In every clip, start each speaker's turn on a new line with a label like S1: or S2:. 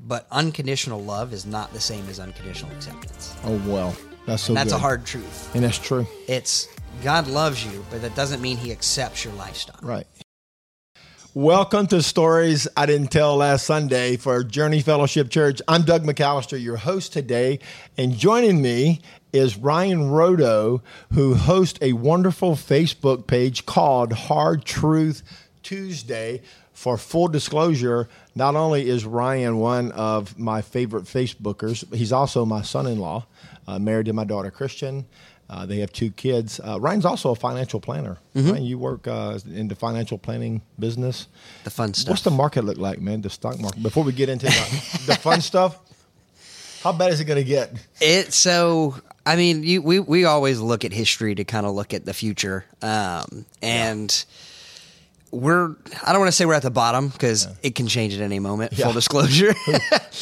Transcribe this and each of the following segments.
S1: But unconditional love is not the same as unconditional acceptance.
S2: Oh well, that's so.
S1: That's a
S2: good.
S1: hard truth.
S2: and that's true,
S1: It's God loves you, but that doesn't mean He accepts your lifestyle.
S2: right? Welcome to Stories I Didn't Tell Last Sunday for Journey Fellowship Church. I'm Doug McAllister, your host today, and joining me is Ryan Rodo, who hosts a wonderful Facebook page called Hard Truth Tuesday. For full disclosure, not only is Ryan one of my favorite Facebookers, he's also my son in law, uh, married to my daughter Christian. Uh, they have two kids. Uh, Ryan's also a financial planner.
S1: Mm-hmm.
S2: Ryan, you work uh, in the financial planning business.
S1: The fun stuff.
S2: What's the market look like, man? The stock market. Before we get into the, the fun stuff, how bad is it going to get?
S1: It so I mean you we we always look at history to kind of look at the future, um, and we're I don't want to say we're at the bottom because it can change at any moment.
S2: Yeah.
S1: Full disclosure.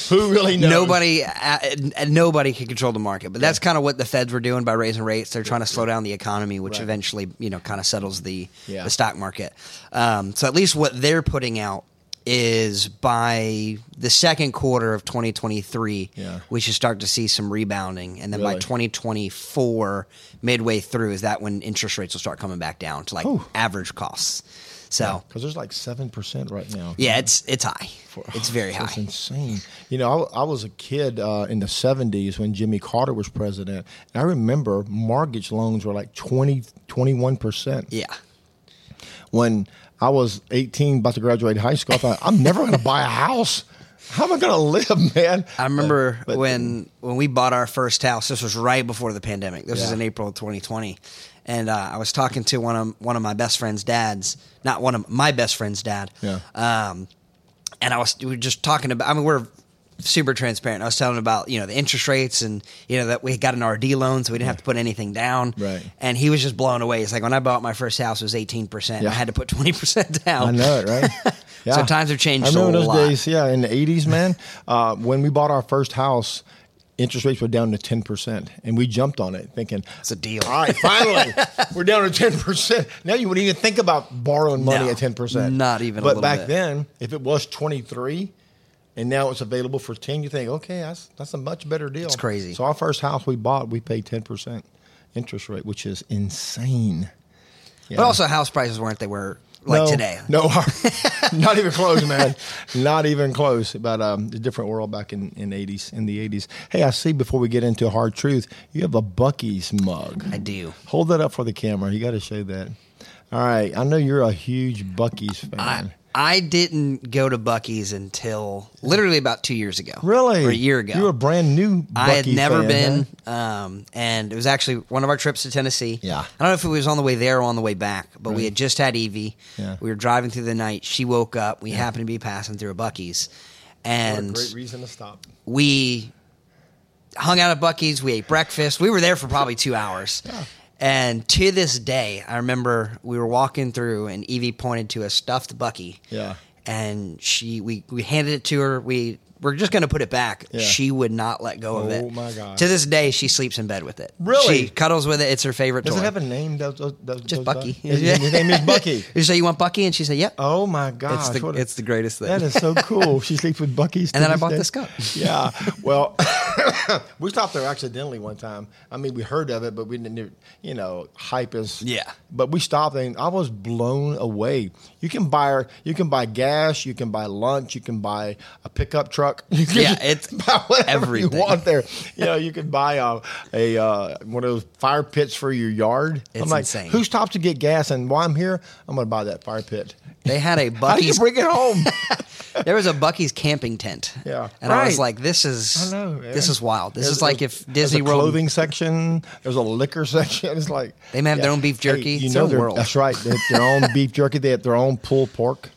S2: Who really knows?
S1: Nobody, uh, n- nobody can control the market, but that's kind of what the Feds were doing by raising rates. They're trying to slow down the economy, which
S2: Right.
S1: eventually, you know, kind of settles the
S2: Yeah.
S1: the stock market. Um, so at least what they're putting out is by the second quarter of 2023,
S2: Yeah.
S1: we should start to see some rebounding, and then by
S2: Really?
S1: 2024, midway through, is that when interest rates will start coming back down to like average costs. So
S2: Because there's like 7% right now.
S1: yeah, it's it's high. It's very
S2: That's
S1: high.
S2: insane. You know, I, I was a kid uh, in the 70s when Jimmy Carter was president. And I remember mortgage loans were like 20, 21%.
S1: Yeah.
S2: When I was 18, about to graduate high school, I thought, I'm never going to buy a house. How am I going to live, man?
S1: I remember
S2: But- but-
S1: when when we bought our first house. This was right before the pandemic. This was
S2: Yeah.
S1: in April of 2020, and uh, I was talking to one of one of my best friend's dads. Not one of my best friend's dad.
S2: Yeah.
S1: Um, and I was we were just talking about. I mean, we're super transparent. I was telling him about you know the interest rates and you know that we got an RD loan, so we didn't have to put anything down.
S2: Right.
S1: And he was just blown away. It's like when I bought my first house, it was 18. percent
S2: Yeah.
S1: I had to put 20 percent down.
S2: I know it, right?
S1: So times have changed
S2: I remember
S1: a
S2: those
S1: lot.
S2: days, yeah, in the eighties, man. Uh, when we bought our first house, interest rates were down to ten percent, and we jumped on it, thinking
S1: It's a deal.
S2: All right, finally, we're down to ten percent. Now you wouldn't even think about borrowing money
S1: No,
S2: at ten percent.
S1: not even a
S2: But
S1: little
S2: back
S1: bit.
S2: then, if it was twenty three. And now it's available for ten. You think, okay, that's that's a much better deal. It's
S1: crazy.
S2: So our first house we bought, we paid ten percent interest rate, which is insane.
S1: But
S2: Yeah.
S1: also, house prices weren't they were like
S2: no,
S1: today.
S2: No, not even close, man. Not even close. But um, a different world back in in eighties in the eighties. Hey, I see. Before we get into hard truth, you have a Bucky's mug.
S1: I do.
S2: Hold that up for the camera. You got to show that. All right. I know you're a huge Bucky's fan.
S1: I, I didn't go to Bucky's until literally about two years ago.
S2: really?
S1: Or a year ago.
S2: You're a brand new. Bucky
S1: I had never
S2: fan,
S1: been,
S2: huh?
S1: um, and it was actually one of our trips to Tennessee.
S2: Yeah.
S1: I don't know if it was on the way there or on the way back, but we had just had Evie.
S2: Yeah.
S1: We were driving through the night. She woke up. We happened to be passing through a Bucky's,
S2: What a
S1: and
S2: great reason to stop.
S1: we hung out at Bucky's. We ate breakfast. We were there for probably two hours. And to this day, I remember we were walking through, and Evie pointed to a stuffed Bucky.
S2: Yeah.
S1: And she, we, we handed it to her. We were just going to put it back.
S2: Yeah.
S1: She would not let go of
S2: Oh,
S1: it.
S2: my God.
S1: To this day, she sleeps in bed with it.
S2: Really?
S1: She cuddles with it. It's her favorite
S2: Does
S1: toy.
S2: it have a name? Those, those, those-
S1: just
S2: those
S1: Bucky.
S2: guys? His, his name is Bucky.
S1: you say you want Bucky, and she said, "Yep."
S2: Oh my gosh!
S1: the-
S2: what
S1: it's the greatest thing.
S2: That is so cool. she sleeps with Bucky's.
S1: And then I
S2: to
S1: bought
S2: day.
S1: this cup.
S2: Yeah. Well, we stopped there accidentally one time. I mean, we heard of it, but we didn't. You know, hype is.
S1: Yeah.
S2: But we stopped and I was blown away. You can buy you can buy gas, you can buy lunch, you can buy a pickup truck. You can
S1: Yeah, it's
S2: buy whatever
S1: everything.
S2: you want there. You know, you can buy a, a uh, one of those fire pits for your yard.
S1: It's
S2: I'm like,
S1: insane.
S2: who stops to get gas? And while I'm here, I'm going to buy that fire pit.
S1: They had a
S2: How do you
S1: Bucky's.
S2: bring it home?
S1: there was a Bucky's camping tent.
S2: Yeah.
S1: and I was
S2: Right.
S1: like, "This is,
S2: I know. yeah.
S1: this is wild. This
S2: There's-
S1: is like
S2: there's-
S1: if Disney
S2: there's a
S1: World
S2: clothing section. There's a liquor section. It's like
S1: They may have their own beef jerky.
S2: you
S1: It's
S2: know,
S1: their
S2: they're-
S1: world.
S2: that's right. They have their own beef jerky. They have their own pulled pork.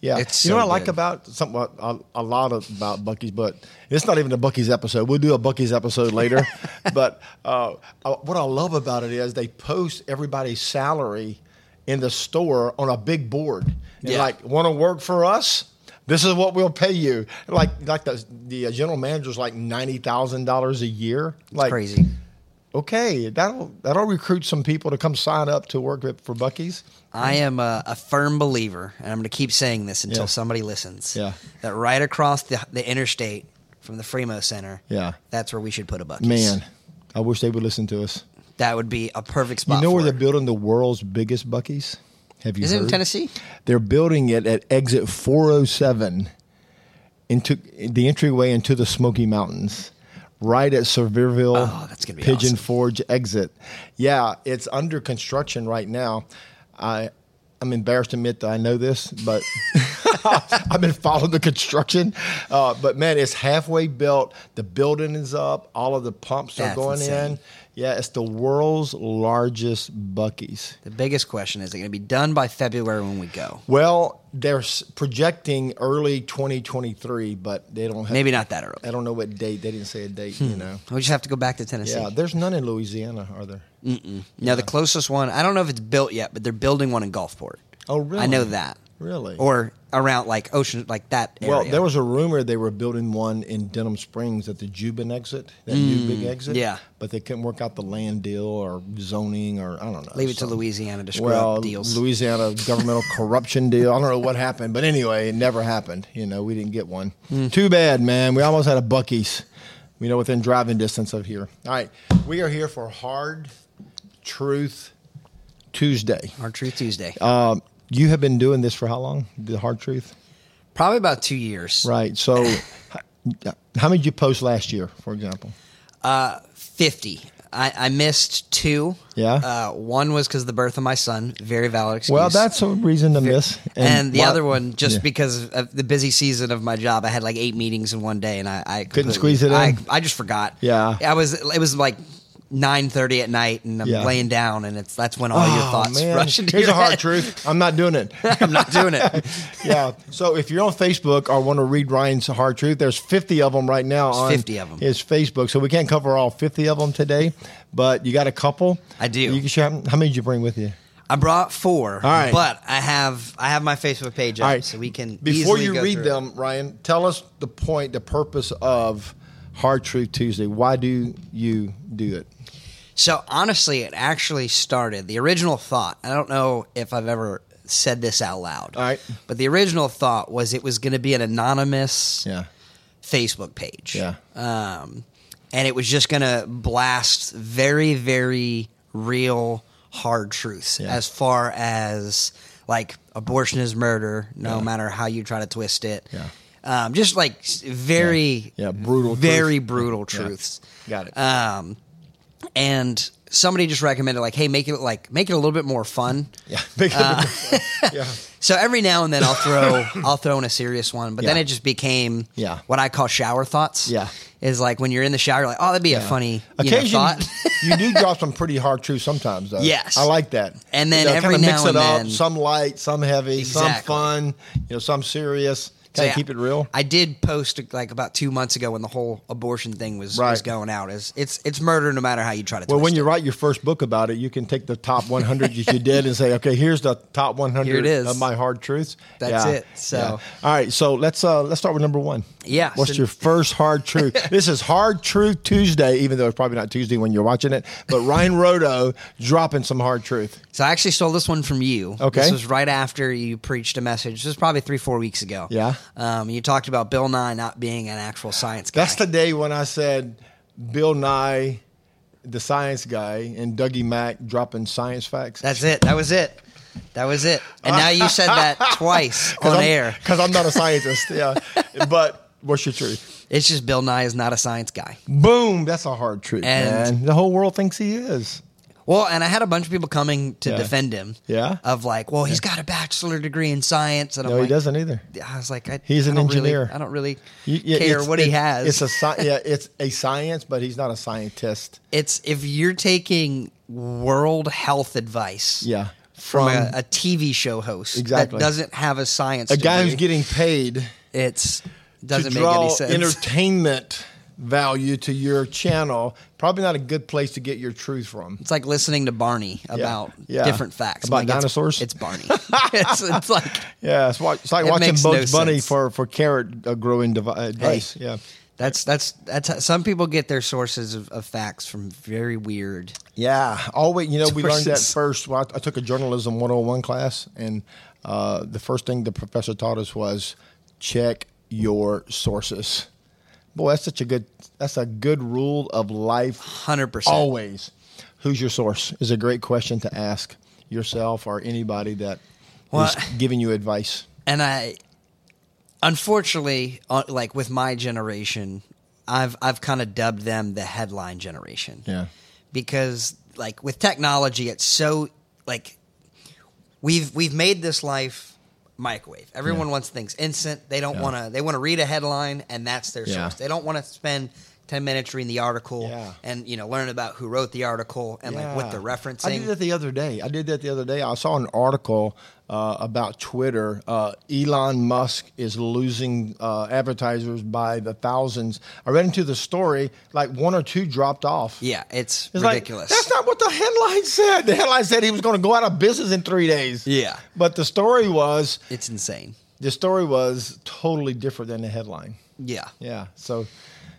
S2: Yeah,
S1: It's
S2: you
S1: so
S2: know what I like
S1: good.
S2: about something what- a, a lot of, about Bucky's, but it's not even a Bucky's episode. We'll do a Bucky's episode later. but uh, uh, what I love about it is they post everybody's salary in the store on a big board. And
S1: Yeah.
S2: like, want to work for us? This is what we'll pay you. Like, like the the uh, general manager's like ninety thousand dollars a year. Like
S1: crazy.
S2: okay, that'll that'll recruit some people to come sign up to work at- for Bucky's.
S1: I am a, a firm believer, and I'm going to keep saying this until
S2: Yeah.
S1: somebody listens.
S2: Yeah.
S1: That right across the, the interstate from the Fremo Center.
S2: Yeah.
S1: That's where we should put a Bucky's.
S2: Man, I wish they would listen to us.
S1: that would be a perfect
S2: You
S1: spot.
S2: know
S1: for
S2: where they're
S1: it.
S2: building the world's biggest Bucky's? Have you
S1: Is it in
S2: heard?
S1: Tennessee?
S2: They're building it at exit 407 into the entryway into the Smoky Mountains, right at Sevierville
S1: Oh, that's gonna be
S2: Pigeon
S1: awesome.
S2: Forge exit. Yeah, it's under construction right now. I I'm embarrassed to admit that I know this, but I've been following the construction. Uh, but man, it's halfway built. The building is up. All of the pumps are
S1: That's
S2: going
S1: insane.
S2: in. Yeah, it's the world's largest Bucky's.
S1: The biggest question is it going to be done by February when we go?
S2: Well, they're s- projecting early 2023, but they don't have.
S1: Maybe not Hmm. that
S2: I
S1: early.
S2: don't know what date. They didn't say a date. You know.
S1: We just have to go back to Tennessee.
S2: Yeah, there's none in Louisiana, are there?
S1: Mm. Now the closest one, I don't know if it's built yet, but they're building one in Gulfport.
S2: Oh, really?
S1: I know that.
S2: Really?
S1: Or around like Ocean, like that area.
S2: Well, there was a rumor they were building one in Denham Springs at the Jubin exit, that new big exit.
S1: Mm. yeah.
S2: but they couldn't work out the land deal or zoning or I don't know.
S1: Leave it to
S2: something.
S1: Louisiana to screw
S2: Well,
S1: up deals.
S2: Louisiana governmental corruption deal. I don't know what happened, but anyway, it never happened. You know, we didn't get one. Too bad, man. We almost had a Bucky's. You know, within driving distance of here. All right, we are here for Hard Truth Tuesday.
S1: Our Truth Tuesday.
S2: Um, you have been doing this for how long? The Hard Truth,
S1: Probably about two years.
S2: right? So, h- how many did you post last year, for example?
S1: Uh, 50. I, I missed two.
S2: Yeah.
S1: Uh, one was because of the birth of my son. Very valid excuse.
S2: Well, that's a reason to miss.
S1: And, the
S2: why-
S1: other one, just
S2: Yeah.
S1: because of the busy season of my job, I had like eight meetings in one day, and I, I completely-
S2: squeeze it
S1: I,
S2: in?
S1: I just forgot.
S2: Yeah.
S1: I was. It was like nine thirty at night, and I'm
S2: Yeah.
S1: laying down, and it's that's when all your
S2: Oh,
S1: thoughts
S2: man.
S1: rush into
S2: Here's
S1: your
S2: a hard
S1: head.
S2: truth. I'm not doing it.
S1: I'm not doing it.
S2: yeah. So if you're on Facebook or want to read Ryan's Hard Truth, there's 50 of them right now on
S1: 50 of 'em.
S2: his Facebook. So we can't cover all 50 of them today, but you got a couple.
S1: I do.
S2: You can share. How many did you bring with you?
S1: I brought four. All
S2: right.
S1: But I have I have my Facebook page up, so we can
S2: Before
S1: easily
S2: you
S1: go
S2: read
S1: through it.
S2: them, Ryan, tell us the point, the purpose of Hard Truth Tuesday. Why do you do it?
S1: So honestly, it actually started the original thought. I don't know if I've ever said this out loud.
S2: All right.
S1: But the original thought was it was going to be an anonymous
S2: Yeah.
S1: Facebook page.
S2: Yeah.
S1: Um, and it was just going to blast very, very real, hard truths
S2: Yeah.
S1: as far as like abortion is murder, no matter how you try to twist it.
S2: Yeah.
S1: Um, just like s- very,
S2: Yeah. Yeah, brutal truth.
S1: very brutal
S2: Yeah.
S1: truths.
S2: Got it.
S1: Um, and somebody just recommended like, hey, make it like make it a little bit more fun.
S2: yeah. Big-
S1: Uh,
S2: yeah.
S1: So every now and then I'll throw I'll throw in a serious one, but then
S2: Yeah.
S1: it just became
S2: Yeah.
S1: what I call shower thoughts.
S2: Yeah.
S1: is like when you're in the shower, you're like, oh, that'd be a funny you know, thought.
S2: you do drop some pretty hard truth sometimes, though.
S1: Yes.
S2: I like that.
S1: And then
S2: you know,
S1: every
S2: kinda mix
S1: now
S2: it
S1: and
S2: up,
S1: then-
S2: some light, some heavy, some
S1: Exactly.
S2: fun, you know, some serious.
S1: So,
S2: Kind of
S1: yeah,
S2: keep it real.
S1: I did post like about two months ago when the whole abortion thing was, was
S2: Right.
S1: going out. Is it's it's murder no matter how you try to.
S2: well,
S1: twist
S2: when
S1: it.
S2: you write your first book about it, you can take the top 100 that you did and say, "Okay, here's the top 100
S1: Here it is.
S2: of my hard truths."
S1: That's it. So-
S2: all right, so let's uh, let's start with number one.
S1: Yeah,
S2: What's
S1: so-
S2: your first hard truth? this is Hard Truth Tuesday, even though it's probably not Tuesday when you're watching it. But Ryan Rodo dropping some hard truth.
S1: So I actually stole this one from you.
S2: Okay.
S1: This was right after you preached a message. This was probably three, four weeks ago.
S2: Yeah.
S1: Um, you talked about Bill Nye not being an actual science guy.
S2: That's the day when I said Bill Nye, the science guy, and Dougie Mack dropping science facts.
S1: That's it. That was it. That was it. And now you said that twice on air.
S2: Because I'm not a scientist. Yeah. but what's your truth?
S1: It's just Bill Nye is not a science guy.
S2: Boom. That's a hard truth,
S1: And-
S2: man. The whole world thinks he is.
S1: Well, and I had a bunch of people coming to
S2: Yeah.
S1: defend him.
S2: Yeah.
S1: Of like, well, he's got a bachelor degree in science, and I'm
S2: No,
S1: like,
S2: he doesn't either.
S1: I was like, I,
S2: He's
S1: I
S2: an
S1: don't really-
S2: engineer.
S1: I don't really
S2: You- yeah,
S1: care
S2: it's-
S1: what he
S2: it-
S1: has.
S2: It's a sci- yeah, it's a science, but he's not a scientist.
S1: it's if you're taking world health advice
S2: Yeah.
S1: from, a, a TV show host
S2: Exactly.
S1: that doesn't have a science
S2: a guy who's
S1: degree,
S2: getting paid
S1: it's doesn't
S2: to
S1: make
S2: draw
S1: any sense.
S2: entertainment value to your channel, probably not a good place to get your truth from.
S1: it's like listening to Barney about
S2: yeah.
S1: different facts I'm
S2: About
S1: like, it's-
S2: dinosaurs?
S1: It's, Barney. it's, it's like
S2: Yeah, it's, wa- it's like
S1: It
S2: watching
S1: makes no
S2: Bugs Bunny
S1: sense.
S2: for for carrot uh, growing devi- uh, advice. yeah,
S1: That's that's that's some people get their sources of, of facts from very weird.
S2: Yeah, always. You know, we learned that
S1: Sources.
S2: first. Well, I, I took a journalism 101 class, and uh, the first thing the professor taught us was check your sources. Boy, that's such a good. That's a good rule of life.
S1: 100%.
S2: Always, who's your source is a great question to ask yourself or anybody that is
S1: Well-
S2: giving you advice.
S1: and I, unfortunately, uh, like with my generation, I've I've kind of dubbed them the headline generation.
S2: Yeah.
S1: because like with technology, it's so like we've we've made this life microwave. Everyone wants things instant. They don't
S2: Yeah.
S1: want to. They want to read a headline and that's their
S2: Yeah.
S1: source. They don't want to spend. 10 minutes reading the article
S2: Yeah.
S1: and you know learn about who wrote the article and like what
S2: Yeah.
S1: they're
S2: I
S1: referencing
S2: did that the other day. I did that the other day. I saw an article uh, about Twitter. Uh, Elon Musk is losing uh, advertisers by the thousands. I read into the story, like one or two dropped off.
S1: yeah it's,
S2: It's like,
S1: ridiculous
S2: That's not what the headline said. The headline said he was going to go out of business in three days.
S1: Yeah.
S2: But the story was
S1: it's insane
S2: the story was totally different than the headline.
S1: yeah
S2: Yeah. So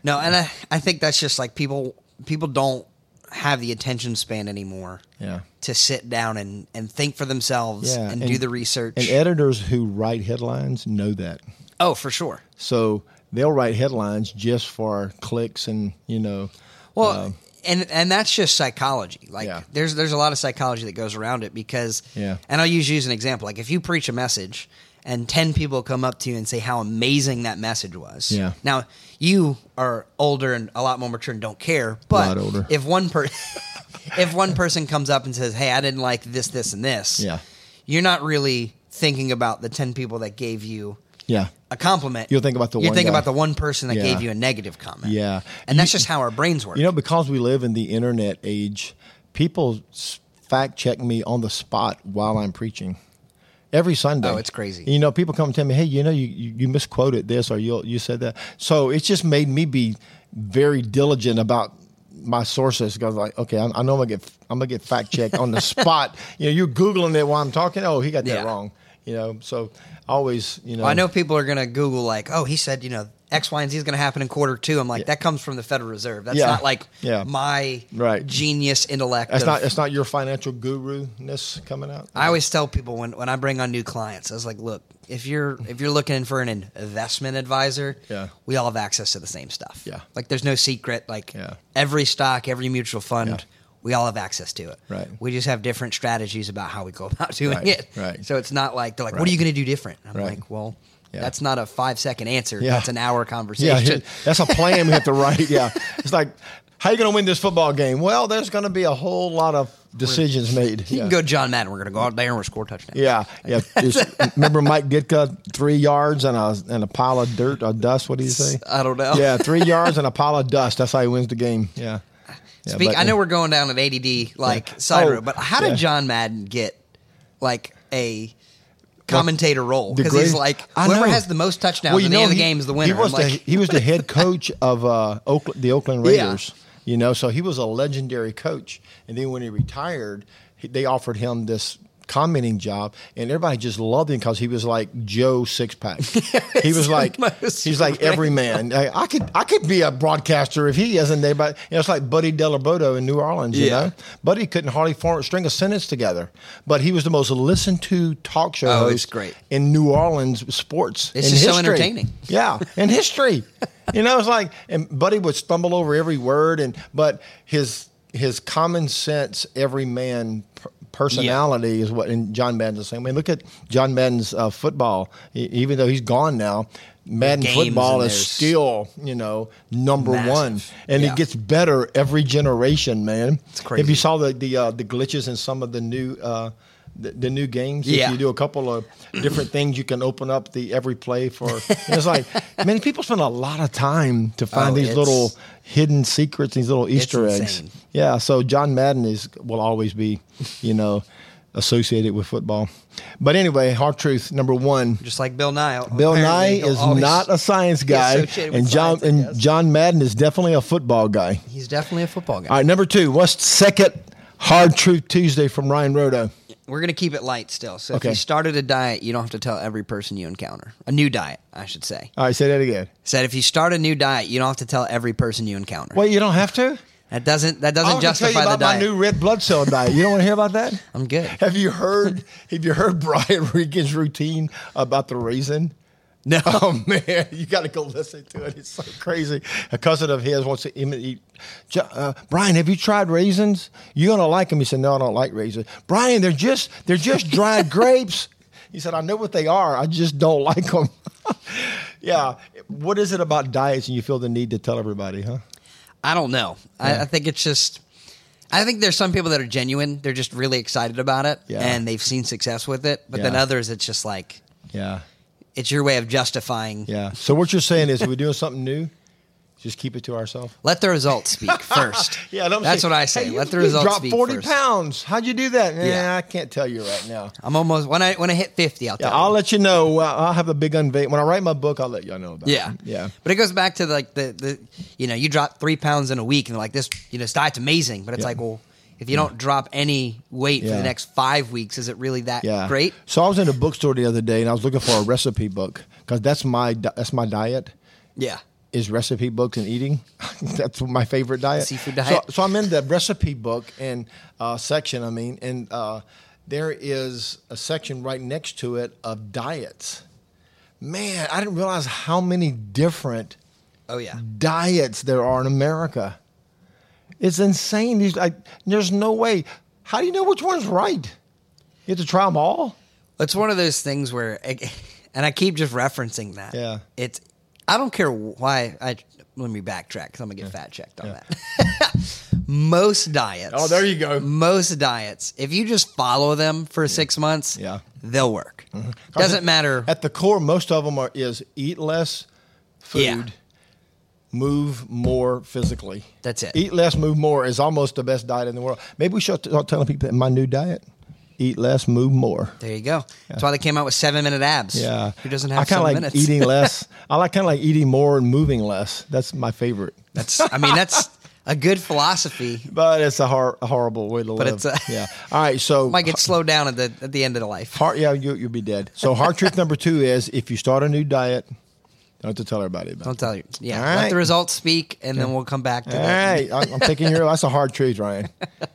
S1: No, and I, I think that's just like people people don't have the attention span anymore.
S2: Yeah.
S1: To sit down and, and think for themselves
S2: yeah,
S1: and, do the research.
S2: And editors who write headlines know that.
S1: oh, for sure.
S2: So they'll write headlines just for clicks and you know.
S1: Well,
S2: um,
S1: and and that's just psychology. Like
S2: Yeah.
S1: there's there's a lot of psychology that goes around it because
S2: Yeah.
S1: and I'll use you as an example. Like if you preach a message and 10 people come up to you and say how amazing that message was.
S2: Yeah.
S1: Now, you are older and a lot more mature and don't care, but
S2: lot older.
S1: if one person if one person comes up and says, "Hey, I didn't like this this and this."
S2: Yeah.
S1: You're not really thinking about the 10 people that gave you
S2: yeah,
S1: a compliment.
S2: You'll think about the
S1: You're
S2: one
S1: thinking
S2: guy.
S1: about the one person that
S2: Yeah.
S1: gave you a negative comment.
S2: Yeah.
S1: And that's
S2: You-
S1: just how our brains work.
S2: you know, because we live in the internet age, people s- fact check me on the spot while I'm preaching. Every Sunday,
S1: Oh, it's crazy.
S2: You know, people come and tell me, "Hey, you know, you, you, you misquoted this, or you you said that." So it's just made me be very diligent about my sources because, like, okay, I, I know I'm gonna get I'm gonna get fact checked on the spot. You know, you're googling it while I'm talking. Oh, he got that
S1: Yeah.
S2: wrong. You know, so I always, you know,
S1: Well, I know people are going to Google like, oh, he said, you know, X, Y, and Z is going to happen in quarter two. I'm like, that comes from the Federal Reserve. That's
S2: Yeah.
S1: not like
S2: Yeah.
S1: my
S2: Right.
S1: genius intellect.
S2: That's
S1: of-
S2: not that's not your financial guru ness coming out.
S1: I always tell people when, when I bring on new clients, I was like, look, if you're if you're looking for an investment advisor,
S2: Yeah.
S1: we all have access to the same stuff.
S2: Yeah.
S1: Like there's no secret. Like
S2: Yeah.
S1: every stock, every mutual fund,
S2: Yeah.
S1: we all have access to it.
S2: Right.
S1: We just have different strategies about how we go about doing
S2: Right,
S1: it.
S2: right.
S1: So it's not like they're like, what are you gonna do different? I'm
S2: Right.
S1: like, well,
S2: Yeah.
S1: that's not a five second answer.
S2: Yeah.
S1: That's an hour
S2: yeah,
S1: conversation.
S2: that's a plan we have to write. Yeah, it's like how you going to win this football game? Well, there's going to be a whole lot of decisions made.
S1: You
S2: yeah.
S1: can go John Madden, we're gonna go out there and we're score touchdown.
S2: Yeah, yeah. It's- remember Mike Ditka, three yards and a and a pile of dirt or dust. What do you say?
S1: I don't know.
S2: Yeah, three yards and a pile of dust. That's how he wins the game. Yeah. yeah
S1: Speak.
S2: but-
S1: I know we're going down an ADD like side
S2: Oh,
S1: road, but how did
S2: yeah.
S1: John Madden get like a commentator role?
S2: the
S1: Because he's
S2: great-
S1: like
S2: I
S1: whoever
S2: know.
S1: has the most touchdowns in the end of the game is the winner.
S2: He was,
S1: I'm
S2: the,
S1: like,
S2: he was the head coach of uh, Oakland, the Oakland
S1: Yeah.
S2: Raiders. You know, so he was a legendary coach. And then when he retired, he, they offered him this commenting job, and everybody just loved him because he was like Joe Sixpack. he was like
S1: most
S2: he's like every man. I, I could I could be a broadcaster if he isn't. They, but you know, it's like Buddy Delaboto in New Orleans. You
S1: Yeah.
S2: know, Buddy couldn't hardly form, string a sentence together, but he was the most listened to talk show
S1: Oh,
S2: host.
S1: he's great.
S2: in New Orleans sports.
S1: It's
S2: in
S1: just so
S2: history.
S1: entertaining.
S2: Yeah, in history, you know, it's like and Buddy would stumble over every word, and but his his common sense, every man per- personality is what. And John Madden's the same way. Look at John Madden's uh, football. E- even though he's gone now, Madden
S1: Games
S2: football
S1: and
S2: is
S1: there's-
S2: still you know number
S1: Massive.
S2: one, and
S1: Yeah.
S2: it gets better every generation, man. It's If
S1: crazy.
S2: you saw the the uh, the glitches in some of the new. Uh, the, the new games. If
S1: Yeah.
S2: you do a couple of different things, you can open up the every play for. And it's like, man, people spend a lot of time to find
S1: Oh,
S2: these
S1: it's-
S2: little hidden secrets, these little Easter eggs.
S1: insane.
S2: Yeah. So John Madden is will always be, you know, associated with football. But anyway, hard truth number one.
S1: just like Bill Nye.
S2: Bill
S1: apparently
S2: Nye
S1: he'll
S2: is
S1: always-
S2: not a science guy,
S1: associated with
S2: and John
S1: science, I guess.
S2: and John Madden is definitely a football guy.
S1: He's definitely a football guy.
S2: All right, number two. What's second hard truth Tuesday from Ryan Rodo?
S1: We're gonna keep it light still. So
S2: Okay.
S1: if you started a diet, you don't have to tell every person you encounter. A new diet, I should say.
S2: All right, say that again.
S1: Said if you start a new diet, you don't have to tell every person you encounter.
S2: Wait, you don't have to.
S1: That doesn't that
S2: I
S1: doesn't
S2: want to tell
S1: justify
S2: you
S1: the
S2: about my
S1: diet.
S2: new red blood cell diet. You don't want to hear about that?
S1: I'm good.
S2: Have you heard? Have you heard Brian Regan's routine about the reason?
S1: No.
S2: Oh man, you got to go listen to it. It's so crazy. A cousin of his wants to imitate. "Jo- Uh, Brian, have you tried raisins? You're gonna like them. He said, No, I don't like raisins. Brian, they're just they're just dried grapes. He said, I know what they are. I just don't like them. yeah. What is it about diets and you feel the need to tell everybody, huh?
S1: I don't know. I, I think it's just. I think there's some people that are genuine. They're just really excited about it,
S2: Yeah.
S1: and they've seen success with it. But then
S2: Yeah.
S1: others, it's just like
S2: Yeah.
S1: it's your way of justifying.
S2: Yeah. So what you're saying is, we're doing something new. Just keep it to ourselves.
S1: Let the results speak first.
S2: Yeah, and I'm
S1: that's
S2: saying,
S1: what I say.
S2: hey,
S1: Let
S2: you-
S1: the
S2: you
S1: results
S2: dropped
S1: speak
S2: 40
S1: first.
S2: pounds. How'd you do that? Yeah,
S1: Yeah.
S2: I can't tell you right now.
S1: I'm almost when I when I hit 50, I'll
S2: Yeah,
S1: tell
S2: I'll
S1: you.
S2: let you know. I'll I'll have a big unveil. When I write my book, I'll let y'all know about
S1: Yeah,
S2: it. Yeah.
S1: But it goes back to like the, the you know you drop three pounds in a week and they're like this you know this diet's amazing, but it's
S2: Yeah.
S1: like well if you don't drop any weight for
S2: Yeah.
S1: the next five weeks, is it really that
S2: Yeah.
S1: great?
S2: So I was in a bookstore the other day and I was looking for a recipe book because that's my di- that's my diet
S1: Yeah.
S2: is recipe books and eating. that's my favorite diet.
S1: Seafood diet.
S2: So, so I'm in the recipe book and uh, section. I mean, and uh, there is a section right next to it of diets. Man, I didn't realize how many different
S1: Oh yeah.
S2: diets there are in America. It's insane. These like, there's no way. How do you know which one's right? You have to try them all.
S1: It's one of those things where, and I keep just referencing that.
S2: Yeah.
S1: It's, I don't care why I, let me backtrack because I'm going to get fat checked on that. most diets.
S2: Oh, there you go.
S1: Most diets, if you just follow them for six months,
S2: Yeah. Mm-hmm.
S1: they'll work. Doesn't matter.
S2: At the core, most of them are is eat less food,
S1: Yeah.
S2: move more physically.
S1: That's it.
S2: Eat less, move more is almost the best diet in the world. Maybe we should start telling people that my new diet: eat less, move more.
S1: There you go. That's why they came out with seven minute abs.
S2: Yeah,
S1: Who doesn't
S2: I
S1: have
S2: kind
S1: seven
S2: of like
S1: minutes?
S2: eating less. I like kind of like eating more and moving less. That's my favorite.
S1: That's, I mean, that's a good philosophy.
S2: But it's a, hor- a horrible way to live.
S1: it's a-
S2: yeah. All right. So
S1: Might get slowed down at the, at the end of the life.
S2: Heart, yeah, you, you'll be dead. So hard truth number two is if you start a new diet, don't have to tell everybody about.
S1: Don't
S2: it.
S1: tell you. Yeah.
S2: All
S1: Let
S2: right.
S1: the results speak and then we'll come back to
S2: All
S1: that.
S2: right, I- I'm taking your. That's a hard truth, Ryan.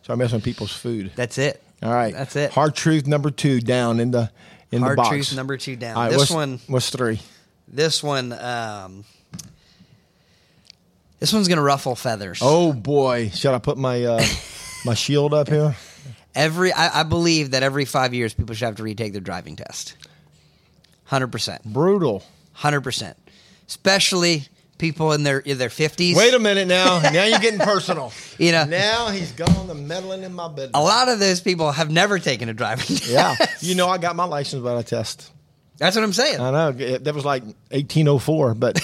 S2: Start messing with people's food.
S1: That's it.
S2: All right,
S1: That's it.
S2: Hard truth number two down in the Uh, in the
S1: Hard
S2: box.
S1: truth number two down.
S2: All right,
S1: this
S2: what's-
S1: one,
S2: What's three?
S1: this one, um, this one's gonna ruffle feathers.
S2: Oh boy, should I put my uh, my shield up here?
S1: every I, I believe that every five years people should have to retake their driving test. Hundred percent,
S2: Brutal.
S1: hundred percent. Especially people in their in their fifties.
S2: Wait a minute now. Now you're getting personal.
S1: You know-
S2: Now he's gone to meddling in my business.
S1: a lot of those people have never taken a driving test.
S2: Yeah. You know, I got my license without a test.
S1: that's what I'm saying.
S2: I know it- that was like 1804, but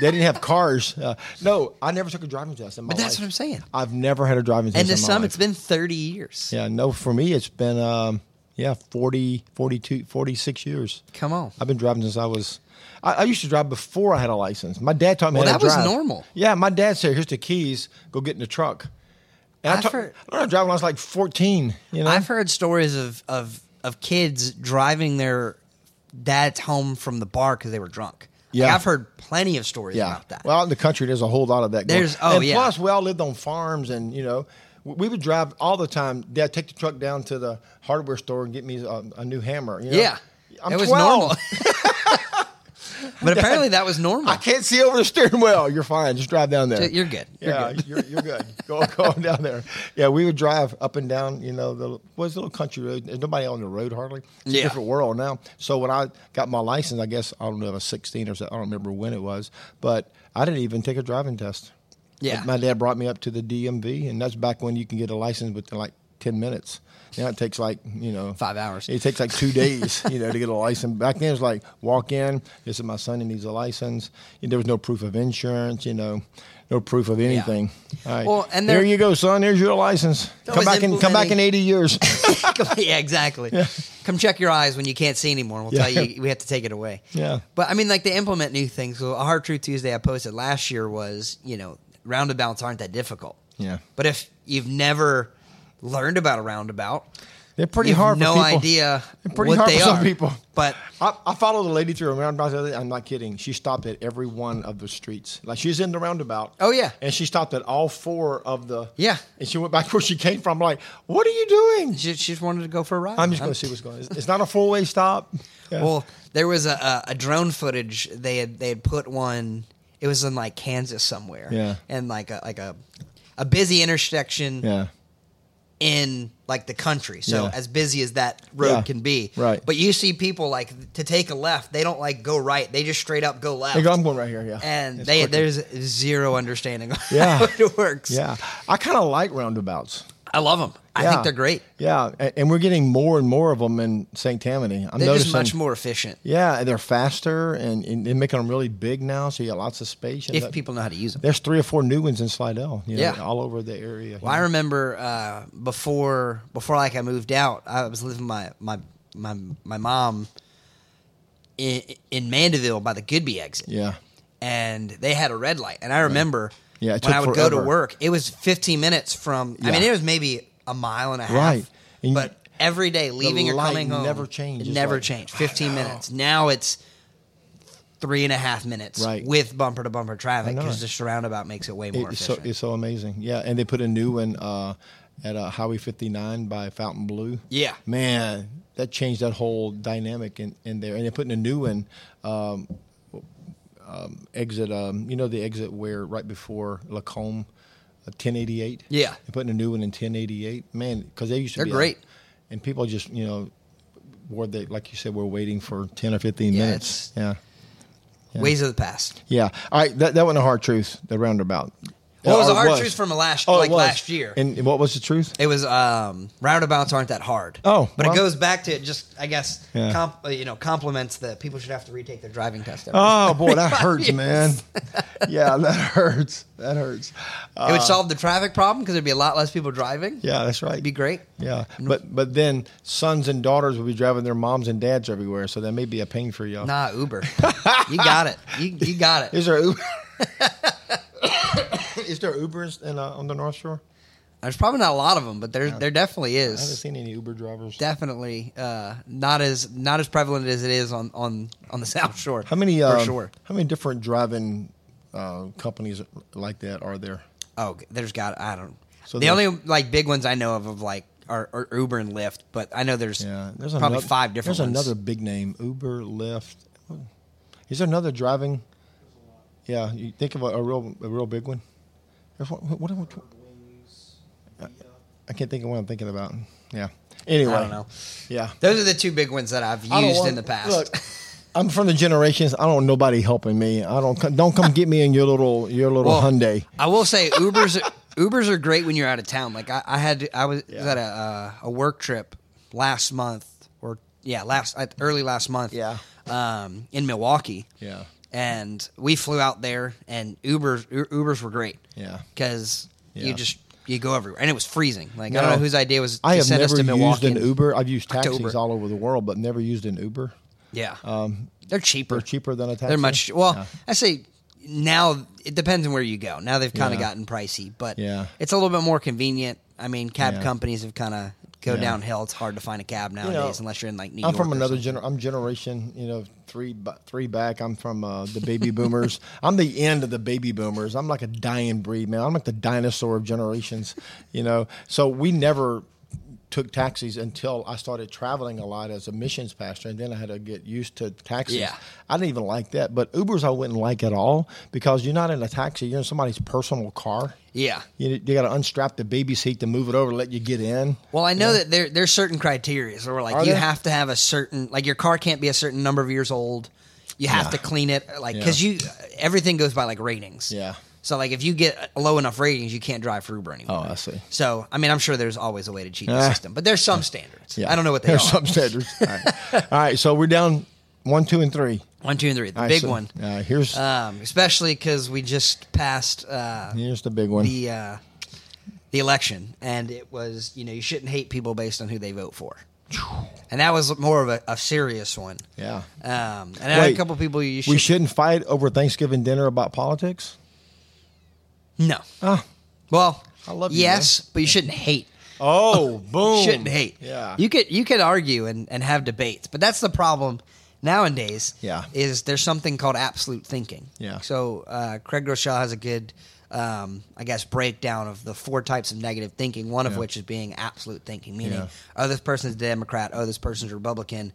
S2: they didn't have cars. Uh, no, I never took a driving test in my
S1: but that's
S2: life.
S1: what I'm saying.
S2: I've never had a driving test.
S1: And to
S2: in my
S1: some,
S2: life.
S1: it's been 30 years.
S2: yeah, no, for me it's been um, yeah 40, 42, 46 years.
S1: Come on.
S2: I've been driving since I was. I, I used to drive before I had a license. My dad taught me
S1: Well,
S2: how to
S1: that was
S2: drive.
S1: normal.
S2: Yeah, my dad said, "Here's the keys. Go get in the truck." And I,
S1: I've
S2: taught-
S1: heard-
S2: I learned how to drive when I was like 14. You know,
S1: I've heard stories of of of kids driving their dads home from the bar because they were drunk. Like,
S2: Yeah.
S1: I've heard plenty of stories about that.
S2: Well, out in the country, there's a whole lot of that. going-
S1: There's- oh,
S2: and
S1: yeah.
S2: Plus, we all lived on farms, and you know, we we would drive all the time. Dad, take the truck down to the hardware store and get me a, a new hammer. you know?
S1: yeah,
S2: I'm
S1: it was
S2: 12.
S1: normal. but apparently, that was normal.
S2: I can't see over the steering wheel. You're fine. Just drive down there.
S1: You're good. You're
S2: yeah,
S1: good.
S2: You're, you're good. Go, go on down there. Yeah, we would drive up and down, you know, the was a little country road. There's nobody on the road hardly. It's a
S1: Yeah.
S2: different world now. So when I got my license, I guess I don't know if I was 16 or so, I don't remember when it was, but I didn't even take a driving test.
S1: Yeah.
S2: My dad brought me up to the DMV, and that's back when you can get a license within like 10 minutes. Now it takes like, you know,
S1: Five hours.
S2: It takes like two days, you know, to get a license. Back then, it was like walk in. This is my son. He needs a license. And there was no proof of insurance. You know, no proof of anything. All right.
S1: Well, and
S2: there
S1: there-
S2: you go, son. There's your license. Come
S1: always
S2: back in. Come back
S1: implementing-
S2: in eighty years.
S1: yeah, exactly. Come check your eyes when you can't see anymore. and We'll
S2: Yeah.
S1: tell you we have to take it away.
S2: Yeah.
S1: But I mean, like they implement new things. So a hard truth Tuesday I posted last year was, you know, roundabouts aren't that difficult.
S2: Yeah.
S1: But if you've never learned about a roundabout,
S2: They're pretty
S1: You have
S2: hard for
S1: no
S2: people.
S1: idea
S2: They're pretty
S1: what
S2: hard
S1: they
S2: for some
S1: are,
S2: people.
S1: But
S2: I, I followed the lady through a roundabout. I'm not kidding. She stopped at every one of the streets. Like she's in the roundabout.
S1: Oh, yeah.
S2: And she stopped at all four of the.
S1: Yeah.
S2: And she went back where she came from. Like, what are you doing?
S1: she, she just wanted to go for a ride.
S2: I'm just going to see what's going. on. It's- It's not a four way stop. Yeah.
S1: Uh-huh. Well, there was a, a, a drone footage they had they had put one. It was in like Kansas somewhere.
S2: Yeah.
S1: And like a like a a busy intersection
S2: yeah.
S1: in like the country. So
S2: Yeah.
S1: as busy as that road
S2: Yeah.
S1: can be.
S2: Right.
S1: But you see people like to take a left, they don't like go right. They just straight up go left.
S2: They go, I'm going right here. Yeah.
S1: and
S2: It's
S1: they
S2: quicker.
S1: there's zero understanding of
S2: Yeah.
S1: how it works.
S2: Yeah. I kind of like roundabouts.
S1: I love them. I
S2: Yeah.
S1: think they're great.
S2: Yeah, and, and we're getting more and more of them in St. Tammany. I'm
S1: They're
S2: noticing.
S1: just much more efficient
S2: Yeah, and they're faster, and, and they're making them really big now, so you got lots of space. And
S1: if
S2: that-
S1: people know how to use them.
S2: there's three or four new ones in Slidell. You know,
S1: Yeah.
S2: all over the area.
S1: Well, I remember uh, before before like I moved out, I was living with my my my my mom in, in Mandeville by the Goodby exit,
S2: yeah,
S1: and they had a red light. And I remember
S2: Yeah, it
S1: when I
S2: took
S1: would go
S2: forever.
S1: to work, it was 15 minutes from. I
S2: Yeah.
S1: mean, it was maybe a mile and a half.
S2: Right. And you-
S1: but every day leaving or
S2: light
S1: coming home
S2: never changed.
S1: It
S2: It's
S1: never
S2: like,
S1: changed.
S2: I
S1: 15
S2: know.
S1: minutes. Now it's. Three and a half minutes
S2: Right.
S1: with bumper to bumper traffic
S2: know
S1: because
S2: it.
S1: the roundabout makes it way more
S2: it's so
S1: efficient.
S2: it's so amazing. Yeah, and they put a new one uh, at uh, Highway 59 by Fountain Blue.
S1: Yeah.
S2: man, that changed that whole dynamic in, in there. And they're putting a new one. Um, um, exit, um, you know the exit where right before Lacombe, uh, 1088.
S1: Yeah.
S2: they're putting a new one in 1088. Man, because they used to
S1: They're
S2: be
S1: great.
S2: out. and people just you know, were they like you said, were waiting for 10 or 15
S1: Yeah,
S2: minutes.
S1: it's-
S2: Yeah,
S1: Ways of the past.
S2: yeah. All right, that, that wasn't a hard truth. The roundabout.
S1: What was
S2: Or
S1: the
S2: it
S1: hard truth from last
S2: Oh, it
S1: like
S2: was.
S1: last year?
S2: And what was the truth?
S1: it was um, roundabouts aren't that hard.
S2: Oh,
S1: but
S2: well.
S1: it goes back to it just I guess
S2: Yeah.
S1: comp, uh, you know compliments that people should have to retake their driving test. Every
S2: Oh boy, that hurts, man. yeah, that hurts. That hurts. Uh,
S1: it would solve the traffic problem because there'd be a lot less people driving.
S2: yeah, that's right.
S1: It'd be great.
S2: Yeah, but but then sons and daughters will be driving their moms and dads everywhere, so that may be a pain for y'all.
S1: Nah, Uber. you got it. You, you got it.
S2: Is there Uber? is there Ubers in, uh, on the North Shore?
S1: There's probably not a lot of them, but there there definitely
S2: I haven't
S1: is.
S2: seen any Uber drivers.
S1: Definitely uh, not as not as prevalent as it is on on on the South Shore.
S2: How many? Uh,
S1: for sure.
S2: How many different driving uh, companies like that are there?
S1: Oh, there's got I don't.
S2: So
S1: the
S2: there's-
S1: only like big ones I know of of like are, are Uber and Lyft, but I know there's,
S2: Yeah, there's
S1: probably
S2: another,
S1: five different.
S2: There's
S1: ones.
S2: another big name: Uber, Lyft. Is there another driving? Yeah, you think of a, a real, a real big one. There's one- what- what- I can't think of what I'm thinking about. Yeah. Anyway,
S1: I don't know.
S2: Yeah,
S1: Those are the two big ones that I've
S2: I don't
S1: used
S2: want-
S1: in the past.
S2: Look, I'm from the generations. I don't want nobody helping me. I don't come- don't come get me in your little your little
S1: Well,
S2: Hyundai.
S1: I will say Ubers Ubers are great when you're out of town. Like I, I had I was
S2: Yeah.
S1: at a uh, a work trip last month or yeah last uh, early last month.
S2: Yeah.
S1: Um, in Milwaukee.
S2: Yeah.
S1: And we flew out there, and Ubers U- Ubers were great.
S2: Yeah.
S1: Because
S2: Yeah.
S1: you just you go everywhere, and it was freezing. Like I
S2: No.
S1: don't know whose idea was to
S2: I have
S1: send us
S2: never
S1: to
S2: used
S1: Milwaukee.
S2: an
S1: and-
S2: Uber. I've used taxis
S1: October.
S2: all over the world, but never used an Uber.
S1: Yeah.
S2: Um,
S1: they're cheaper.
S2: They're cheaper than a taxi.
S1: They're much well.
S2: Yeah.
S1: I say now it depends on where you go. Now they've kind of
S2: Yeah.
S1: gotten pricey, but
S2: Yeah.
S1: it's a little bit more convenient. I mean, cab
S2: Yeah.
S1: companies have kind of go
S2: Yeah.
S1: downhill. It's hard to find a cab nowadays
S2: know,
S1: unless you're in like New
S2: I'm
S1: York.
S2: from
S1: or
S2: another
S1: something.
S2: gener. I'm generation, you know, three ba- three back. I'm from uh, the baby boomers. I'm the end of the baby boomers. I'm like a dying breed, man. I'm like the dinosaur of generations, you know. So we never took taxis until I started traveling a lot as a missions pastor, and then I had to get used to taxis.
S1: Yeah.
S2: I didn't even like that, but Ubers I wouldn't like at all because you're not in a taxi. You're in somebody's personal car.
S1: Yeah.
S2: You, you got to unstrap the baby seat to move it over to let you get in.
S1: Well, I know that there there's certain criteria where like
S2: Are
S1: you
S2: there?
S1: have to have a certain like your car can't be a certain number of years old. You have to clean it like because you everything goes by like ratings.
S2: Yeah.
S1: So like if you get low enough ratings, you can't drive for Uber anymore.
S2: Oh, I see.
S1: So I mean, I'm sure there's always a way to cheat
S2: Ah.
S1: the system, but there's some standards.
S2: Yeah.
S1: I don't know what they
S2: There's
S1: are.
S2: some standards. All right. All right, so we're down one, two, and three.
S1: One, two, and three. The
S2: All right,
S1: big
S2: so,
S1: one.
S2: Uh, here's
S1: Um, especially because we just passed uh,
S2: here's the big one.
S1: the uh, the election, and it was you know you shouldn't hate people based on who they vote for, and that was more of a, a serious one.
S2: yeah.
S1: Um, and I had a
S2: Wait,
S1: couple people you should,
S2: We shouldn't fight over Thanksgiving dinner about politics.
S1: no.
S2: Ah,
S1: Well,
S2: I love you,
S1: yes, but you shouldn't hate.
S2: Oh, boom.
S1: shit and hate.
S2: Yeah.
S1: You could you could argue and, and have debates, but that's the problem nowadays.
S2: Yeah.
S1: Is there's something called absolute thinking.
S2: Yeah.
S1: So uh, Craig Rochelle has a good um, I guess breakdown of the four types of negative thinking, one of
S2: Yeah.
S1: which is being absolute thinking, meaning
S2: Yeah.
S1: oh this person's Democrat, oh this person's Republican.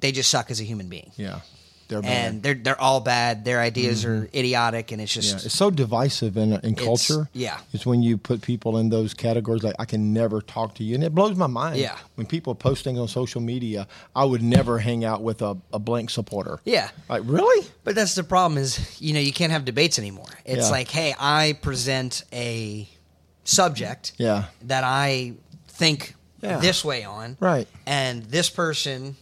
S1: They just suck as a human being.
S2: yeah. They're bad. Mm-hmm.
S1: And they're they're all bad. Their ideas are idiotic, and it's just
S2: Yeah, it's so divisive in in culture.
S1: yeah.
S2: it's when you put people in those categories. Like I can never talk to you, and it blows my mind.
S1: Yeah.
S2: when people posting on social media, I would never hang out with a, a blank supporter.
S1: Yeah.
S2: like really?
S1: But that's the problem is, you know, you can't have debates anymore. It's
S2: Yeah.
S1: like, hey, I present a subject
S2: Yeah.
S1: that I think
S2: Yeah.
S1: this way on.
S2: Right.
S1: And this person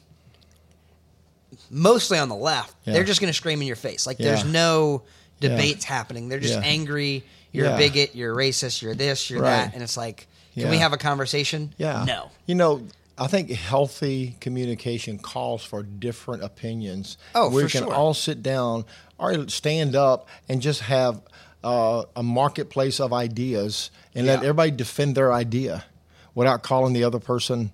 S1: mostly on the left,
S2: Yeah.
S1: they're just gonna scream in your face. Like there's
S2: Yeah.
S1: no debates happening. They're just
S2: Yeah.
S1: angry, you're
S2: Yeah.
S1: a bigot, you're a racist, you're this, you're
S2: Right.
S1: that. And it's like, can we
S2: Yeah.
S1: have a conversation?
S2: Yeah.
S1: No.
S2: You know, I think healthy communication calls for different opinions.
S1: Oh,
S2: we
S1: for
S2: can
S1: sure.
S2: all sit down or stand up and just have uh, a marketplace of ideas and let
S1: Yeah.
S2: everybody defend their idea without calling the other person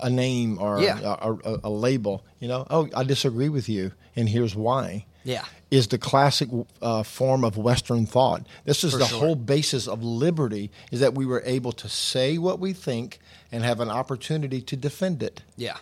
S2: a name or
S1: Yeah.
S2: a, a, a label. You know, oh, I disagree with you, and here's why
S1: Yeah.
S2: is the classic uh, form of Western thought. This is the
S1: sure.
S2: whole basis of liberty: is that we were able to say what we think and have an opportunity to defend it.
S1: Yeah.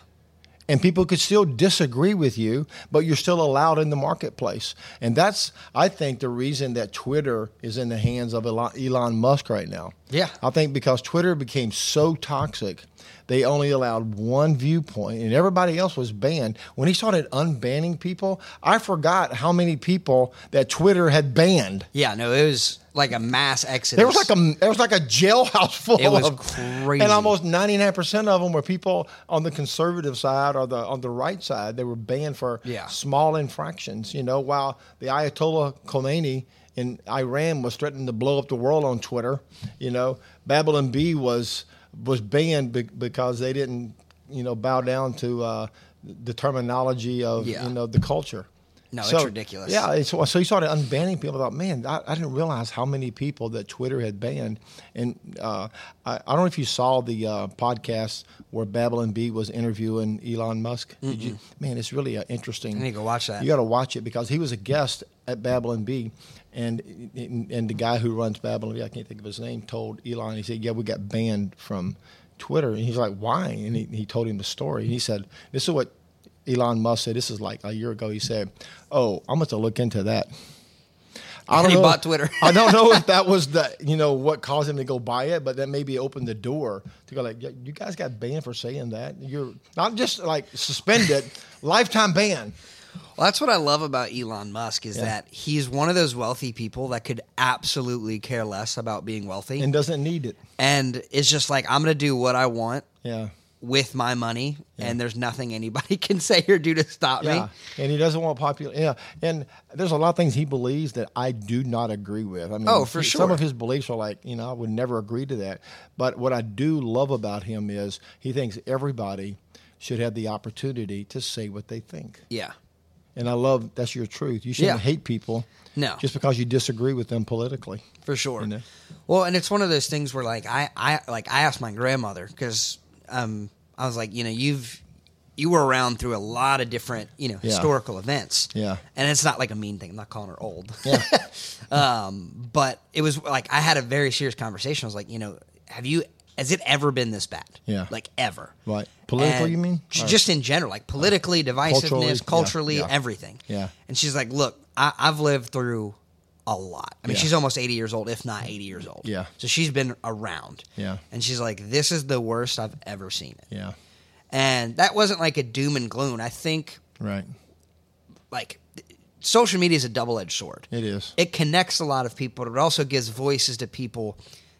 S2: And people could still disagree with you, but you're still allowed in the marketplace. And that's, I think, the reason that Twitter is in the hands of Elon Elon Musk right now.
S1: Yeah.
S2: I think because Twitter became so toxic, they only allowed one viewpoint and everybody else was banned. When he started unbanning people, I forgot how many people that Twitter had banned.
S1: Yeah, no, it was like a mass exodus.
S2: There was like a there was like a jailhouse full
S1: It was
S2: of
S1: crazy.
S2: and almost ninety nine percent of them were people on the conservative side or the on the right side. They were banned for
S1: Yeah.
S2: small infractions, you know. While the Ayatollah Khomeini in Iran was threatening to blow up the world on Twitter, you know, Babylon B was was banned be- because they didn't you know bow down to uh, the terminology of
S1: Yeah.
S2: you know the culture.
S1: No, it's ridiculous.
S2: Yeah, it's, so you started unbanning people. I thought, man, I, I didn't realize how many people that Twitter had banned. And uh, I, I don't know if you saw the uh, podcast where Babylon B was interviewing Elon Musk. Did you? Man, it's really uh, interesting.
S1: I need to go watch that.
S2: You got to watch it because he was a guest at Babylon B, and and the guy who runs Babylon B, I can't think of his name, told Elon. He said, "Yeah, we got banned from Twitter." And he's like, "Why?" And he, he told him the story. And he said, "This is what Elon Musk said. This is like a year ago. He said, "Oh, I'm going to look into that." I
S1: And
S2: don't
S1: he
S2: know.
S1: bought Twitter.
S2: I don't know if that was the you know what caused him to go buy it, but that maybe opened the door to go like "Yeah, you guys got banned for saying that. You're not just like suspended, lifetime ban.
S1: Well, that's what I love about Elon Musk is
S2: Yeah.
S1: that he's one of those wealthy people that could absolutely care less about being wealthy,
S2: and
S1: and,
S2: doesn't need it.
S1: it's just like I'm going to do what I want
S2: Yeah.
S1: with my money, and there's nothing anybody can say or do to stop
S2: Yeah.
S1: me.
S2: And he doesn't want popular. Yeah. And there's a lot of things he believes that I do not agree with. I mean,
S1: Oh, for
S2: he-
S1: sure.
S2: Some of his beliefs are like, you know, I would never agree to that. But what I do love about him is he thinks everybody should have the opportunity to say what they think.
S1: Yeah,
S2: And I love that's your truth. You shouldn't
S1: Yeah.
S2: hate people
S1: No.
S2: just because you disagree with them politically.
S1: for sure.
S2: You know?
S1: Well, and it's one of those things where like I, I like I asked my grandmother because um, I was like, you know, you've you were around through a lot of different you know
S2: Yeah.
S1: historical events.
S2: Yeah.
S1: and it's not like a mean thing. I'm not calling her old.
S2: Yeah.
S1: um, but it was like I had a very serious conversation. I was like, you know, have you has it ever been this bad?
S2: Yeah.
S1: like ever.
S2: Right. Political, you mean?
S1: j-
S2: Or-
S1: Just in general, like politically, divisiveness,
S2: Culturally, yeah,
S1: culturally,
S2: yeah.
S1: everything.
S2: Yeah.
S1: And she's like, look, I, I've lived through a lot. I mean,
S2: Yeah.
S1: she's almost eighty years old, if not eighty years old.
S2: Yeah.
S1: So she's been around.
S2: Yeah.
S1: And she's like, this is the worst I've ever seen it.
S2: Yeah.
S1: And that wasn't like a doom and gloom. I think
S2: Right.
S1: like th- social media is a double edged sword.
S2: It is.
S1: It connects a lot of people, but it also gives voices to people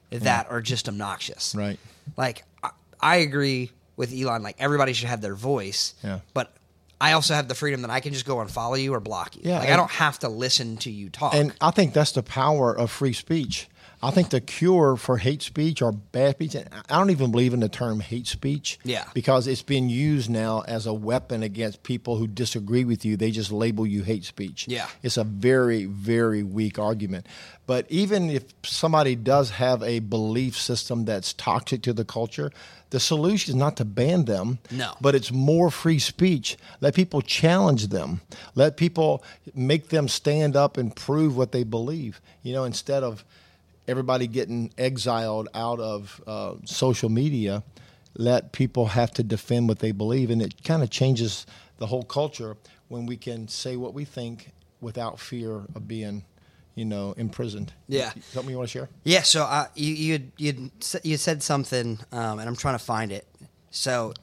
S1: that are just obnoxious.
S2: Mm. Right.
S1: Like I, I agree with Elon. Like everybody should have their voice.
S2: Yeah.
S1: But I also have the freedom that I can just go and follow you or block you.
S2: Yeah,
S1: Like I
S2: and-
S1: don't have to listen to you talk.
S2: And I think that's the power of free speech. I think the cure for hate speech or bad speech, and I don't even believe in the term hate speech.
S1: Yeah.
S2: Because it's been used now as a weapon against people who disagree with you. They just label you hate speech.
S1: Yeah.
S2: It's a very, very weak argument. But even if somebody does have a belief system that's toxic to the culture, the solution is not to ban them.
S1: No.
S2: But it's more free speech. Let people challenge them. Let people make them stand up and prove what they believe. You know, instead of everybody getting exiled out of uh, social media, let people have to defend what they believe. And it kind of changes the whole culture when we can say what we think without fear of being, you know, imprisoned.
S1: Yeah.
S2: Something you want to share?
S1: Yeah, so I, you you you you said something, um, and I'm trying to find it. So,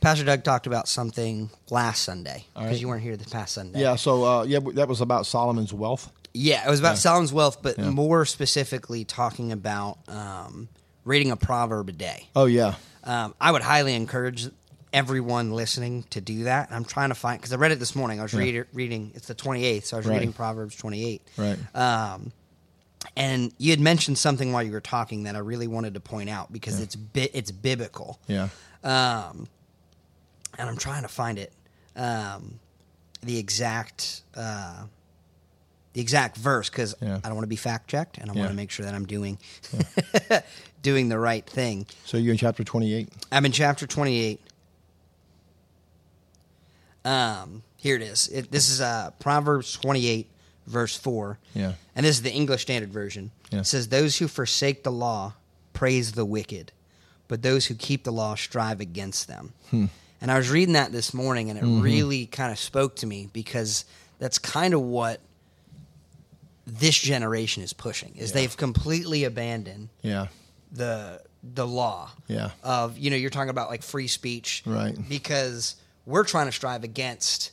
S1: Pastor Doug talked about something last Sunday because you weren't here the past Sunday.
S2: Yeah. So, uh, yeah, that was about Solomon's wealth.
S1: Yeah, it was about Solomon's wealth, but more specifically talking about um, reading a proverb a day.
S2: Oh, yeah.
S1: Um, I would highly encourage everyone listening to do that. I'm trying to find because I read it this morning. I was read, reading it's the 28th, so I was
S2: Right.
S1: reading Proverbs 28.
S2: Right.
S1: Um, and you had mentioned something while you were talking that I really wanted to point out because it's bi- it's biblical.
S2: Yeah.
S1: Um, and I'm trying to find it. Um, the exact uh, the exact verse because
S2: Yeah.
S1: I don't want to be fact checked and I want
S2: Yeah.
S1: to make sure that I'm doing doing the right thing.
S2: So you're in chapter 28.
S1: I'm in chapter 28. Um, here it is. It, this is uh, Proverbs 28, verse 4.
S2: Yeah.
S1: And this is the English Standard Version.
S2: Yeah.
S1: It says, Those who forsake the law praise the wicked, but those who keep the law strive against them.
S2: Hmm.
S1: And I was reading that this morning, and it
S2: Mm-hmm.
S1: really kind of spoke to me because that's kind of what this generation is pushing is they've completely abandoned
S2: Yeah.
S1: the the law
S2: Yeah.
S1: of you know you're talking about like free speech
S2: Right.
S1: because we're trying to strive against